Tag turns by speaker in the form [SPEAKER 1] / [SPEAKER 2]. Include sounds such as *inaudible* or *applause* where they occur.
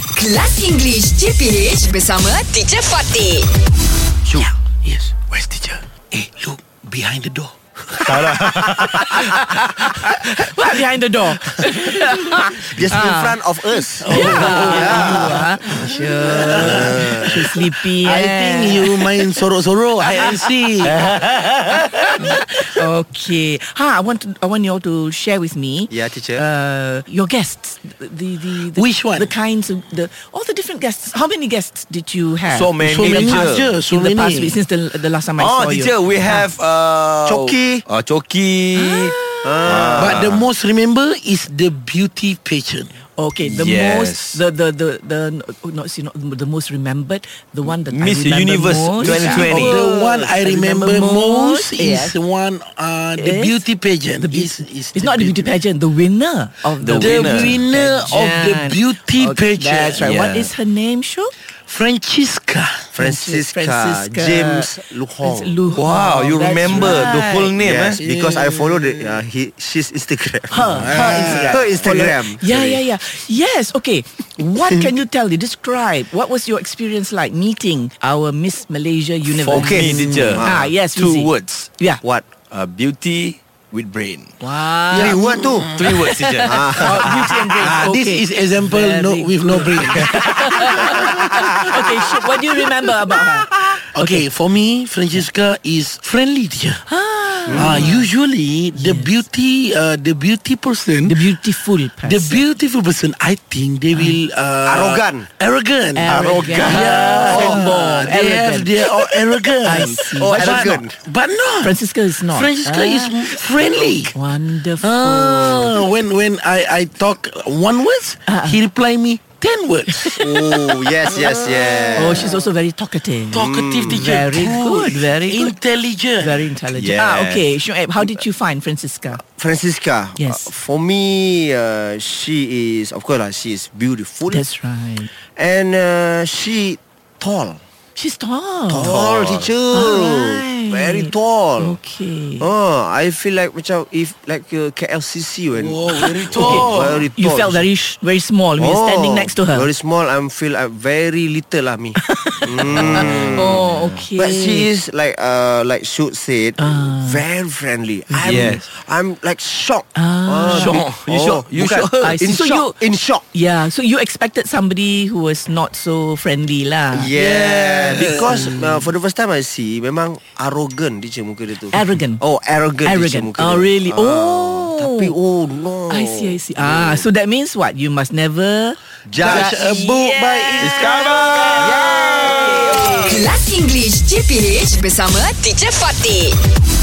[SPEAKER 1] Kelas English CPH bersama Teacher Fatih.
[SPEAKER 2] Shuk.
[SPEAKER 3] Yes.
[SPEAKER 2] Where's teacher?
[SPEAKER 3] Eh, look behind the door.
[SPEAKER 2] Salah.
[SPEAKER 4] What behind the door?
[SPEAKER 2] Just in
[SPEAKER 4] Ah.
[SPEAKER 2] front of
[SPEAKER 3] *laughs*
[SPEAKER 2] us. Oh,
[SPEAKER 4] *laughs* yeah. Sure. She's sleepy.
[SPEAKER 3] I
[SPEAKER 4] eh?
[SPEAKER 3] think you main sorok-sorok. I see.
[SPEAKER 4] Okay. Ha, I want to, I want you all to share with
[SPEAKER 2] *laughs*
[SPEAKER 4] me.
[SPEAKER 2] Yeah, teacher.
[SPEAKER 4] Uh, your guests. The the, the
[SPEAKER 3] Which one?
[SPEAKER 4] The kinds of the all the different guests. How many guests did you have?
[SPEAKER 2] So many,
[SPEAKER 3] So many
[SPEAKER 2] teacher.
[SPEAKER 3] teacher. So
[SPEAKER 4] in the past
[SPEAKER 3] many.
[SPEAKER 4] week since the the last time I
[SPEAKER 2] Oh,
[SPEAKER 4] saw
[SPEAKER 2] teacher,
[SPEAKER 4] you.
[SPEAKER 2] we
[SPEAKER 5] Ah.
[SPEAKER 2] have uh,
[SPEAKER 3] Choki.
[SPEAKER 2] Uh, Choki. Ah.
[SPEAKER 3] But the most remember is the beauty pageant.
[SPEAKER 4] Okay, the
[SPEAKER 2] Yes.
[SPEAKER 4] most the the the the oh, not, see, not the most remembered, the one that
[SPEAKER 2] Miss
[SPEAKER 4] I remember
[SPEAKER 2] Universe
[SPEAKER 4] most.
[SPEAKER 2] 2020.
[SPEAKER 3] The one I remember, most
[SPEAKER 4] yes.
[SPEAKER 3] is one uh, the
[SPEAKER 4] Is
[SPEAKER 3] beauty pageant.
[SPEAKER 4] the beau-
[SPEAKER 3] is, is
[SPEAKER 4] it's not the beauty pageant, the winner of the,
[SPEAKER 2] The
[SPEAKER 3] The
[SPEAKER 2] winner.
[SPEAKER 3] winner, of the
[SPEAKER 4] pageant.
[SPEAKER 3] beauty
[SPEAKER 4] Okay,
[SPEAKER 3] pageant.
[SPEAKER 4] That's right. What
[SPEAKER 2] Yeah.
[SPEAKER 4] is her name, Shu?
[SPEAKER 3] Francisca.
[SPEAKER 2] Francisca,
[SPEAKER 4] Francisca.
[SPEAKER 2] James Luhong.
[SPEAKER 4] Lu Hong.
[SPEAKER 2] Wow, you
[SPEAKER 4] That's
[SPEAKER 2] remember the
[SPEAKER 4] right.
[SPEAKER 2] whole name,
[SPEAKER 5] Yes,
[SPEAKER 2] eh?
[SPEAKER 5] because I follow the uh, he, she's Instagram.
[SPEAKER 4] Her, her
[SPEAKER 3] Ah.
[SPEAKER 4] Instagram.
[SPEAKER 5] Her Instagram.
[SPEAKER 4] Yeah, yeah, yeah. Yes, okay. What can you tell me? Describe. What was your experience like meeting our Miss Malaysia Universe?
[SPEAKER 2] Okay, teacher.
[SPEAKER 4] Ah, yes,
[SPEAKER 2] Two
[SPEAKER 4] Fizi.
[SPEAKER 2] words.
[SPEAKER 4] Yeah.
[SPEAKER 2] What? Uh, beauty with brain.
[SPEAKER 5] *laughs*
[SPEAKER 4] Wow.
[SPEAKER 5] Three word tu.
[SPEAKER 2] *laughs* Three words, teacher. Ah.
[SPEAKER 4] Oh, beauty and brains.
[SPEAKER 3] Ah, This
[SPEAKER 4] Okay.
[SPEAKER 3] is example no,
[SPEAKER 4] Very
[SPEAKER 3] with no
[SPEAKER 4] *laughs*
[SPEAKER 3] brain.
[SPEAKER 4] okay, Shuk, what do you remember about her?
[SPEAKER 3] Okay, for me, Francisca is friendly teacher. Ah. usually the beauty, uh, the beauty person,
[SPEAKER 4] The
[SPEAKER 3] the,
[SPEAKER 4] beautiful person.
[SPEAKER 3] beautiful person, I think they will uh,
[SPEAKER 5] Arrogant.
[SPEAKER 3] arrogant,
[SPEAKER 4] Arrogant.
[SPEAKER 3] yeah,
[SPEAKER 4] Fanboy.
[SPEAKER 3] they have they are arrogant.
[SPEAKER 4] I see.
[SPEAKER 5] Oh,
[SPEAKER 3] But-
[SPEAKER 5] arrogant.
[SPEAKER 3] but no,
[SPEAKER 4] Francisca is not.
[SPEAKER 3] Francisca
[SPEAKER 4] Ah,
[SPEAKER 3] is friendly.
[SPEAKER 4] Wonderful.
[SPEAKER 3] Ah, when when I I talk one words, he reply me ten words.
[SPEAKER 5] Oh, yes, yes,
[SPEAKER 2] Ah.
[SPEAKER 5] yes.
[SPEAKER 4] Oh, she's also very
[SPEAKER 3] *laughs*
[SPEAKER 4] talkative. Mm,
[SPEAKER 3] Talkative teacher,
[SPEAKER 4] very good, very good.
[SPEAKER 3] intelligent.
[SPEAKER 4] very intelligent.
[SPEAKER 2] Yes.
[SPEAKER 4] Ah, okay. Shoaib, how did you find Francisca?
[SPEAKER 5] Uh, Francisca.
[SPEAKER 4] Yes.
[SPEAKER 5] Uh, for me, uh, she is, of course, lah, she is beautiful.
[SPEAKER 4] That's right.
[SPEAKER 5] And uh, she tall.
[SPEAKER 4] She's tall.
[SPEAKER 5] Tall, teacher.
[SPEAKER 4] Alright.
[SPEAKER 5] Very tall.
[SPEAKER 4] Okay.
[SPEAKER 5] Oh, I feel like macam if like uh, KLCC when *laughs*
[SPEAKER 3] Oh, very
[SPEAKER 5] tall. Very
[SPEAKER 4] You
[SPEAKER 5] tall. Oh,
[SPEAKER 4] felt very sh- very small when you're standing next to her.
[SPEAKER 5] Very small. I feel uh, very little lah
[SPEAKER 4] *laughs*
[SPEAKER 5] me.
[SPEAKER 4] Oh, okay.
[SPEAKER 5] But she is like uh like shoot said very friendly. I'm,
[SPEAKER 2] Yes.
[SPEAKER 5] I'm like shocked.
[SPEAKER 4] Ah.
[SPEAKER 5] Ah,
[SPEAKER 2] Shocked. You
[SPEAKER 5] be-
[SPEAKER 2] shocked. You
[SPEAKER 5] bukan.
[SPEAKER 2] shocked her.
[SPEAKER 4] I
[SPEAKER 5] In
[SPEAKER 4] see. So
[SPEAKER 5] shock.
[SPEAKER 4] you-
[SPEAKER 5] in shock.
[SPEAKER 4] Yeah, so you expected somebody who was not so friendly lah.
[SPEAKER 5] Yeah, because uh, for the first time I see memang arrogant dia je muka dia tu.
[SPEAKER 4] Arrogant.
[SPEAKER 5] Oh, arrogant, dia je
[SPEAKER 4] Arrogant.
[SPEAKER 5] muka
[SPEAKER 4] Oh,
[SPEAKER 5] dia.
[SPEAKER 4] really?
[SPEAKER 5] Ah,
[SPEAKER 4] Oh.
[SPEAKER 5] Tapi oh no.
[SPEAKER 4] I see, I see. Ah, so that means what? You must never
[SPEAKER 5] Judge a book by its cover. Yeah.
[SPEAKER 1] Kelas English CPH bersama Teacher Fatih.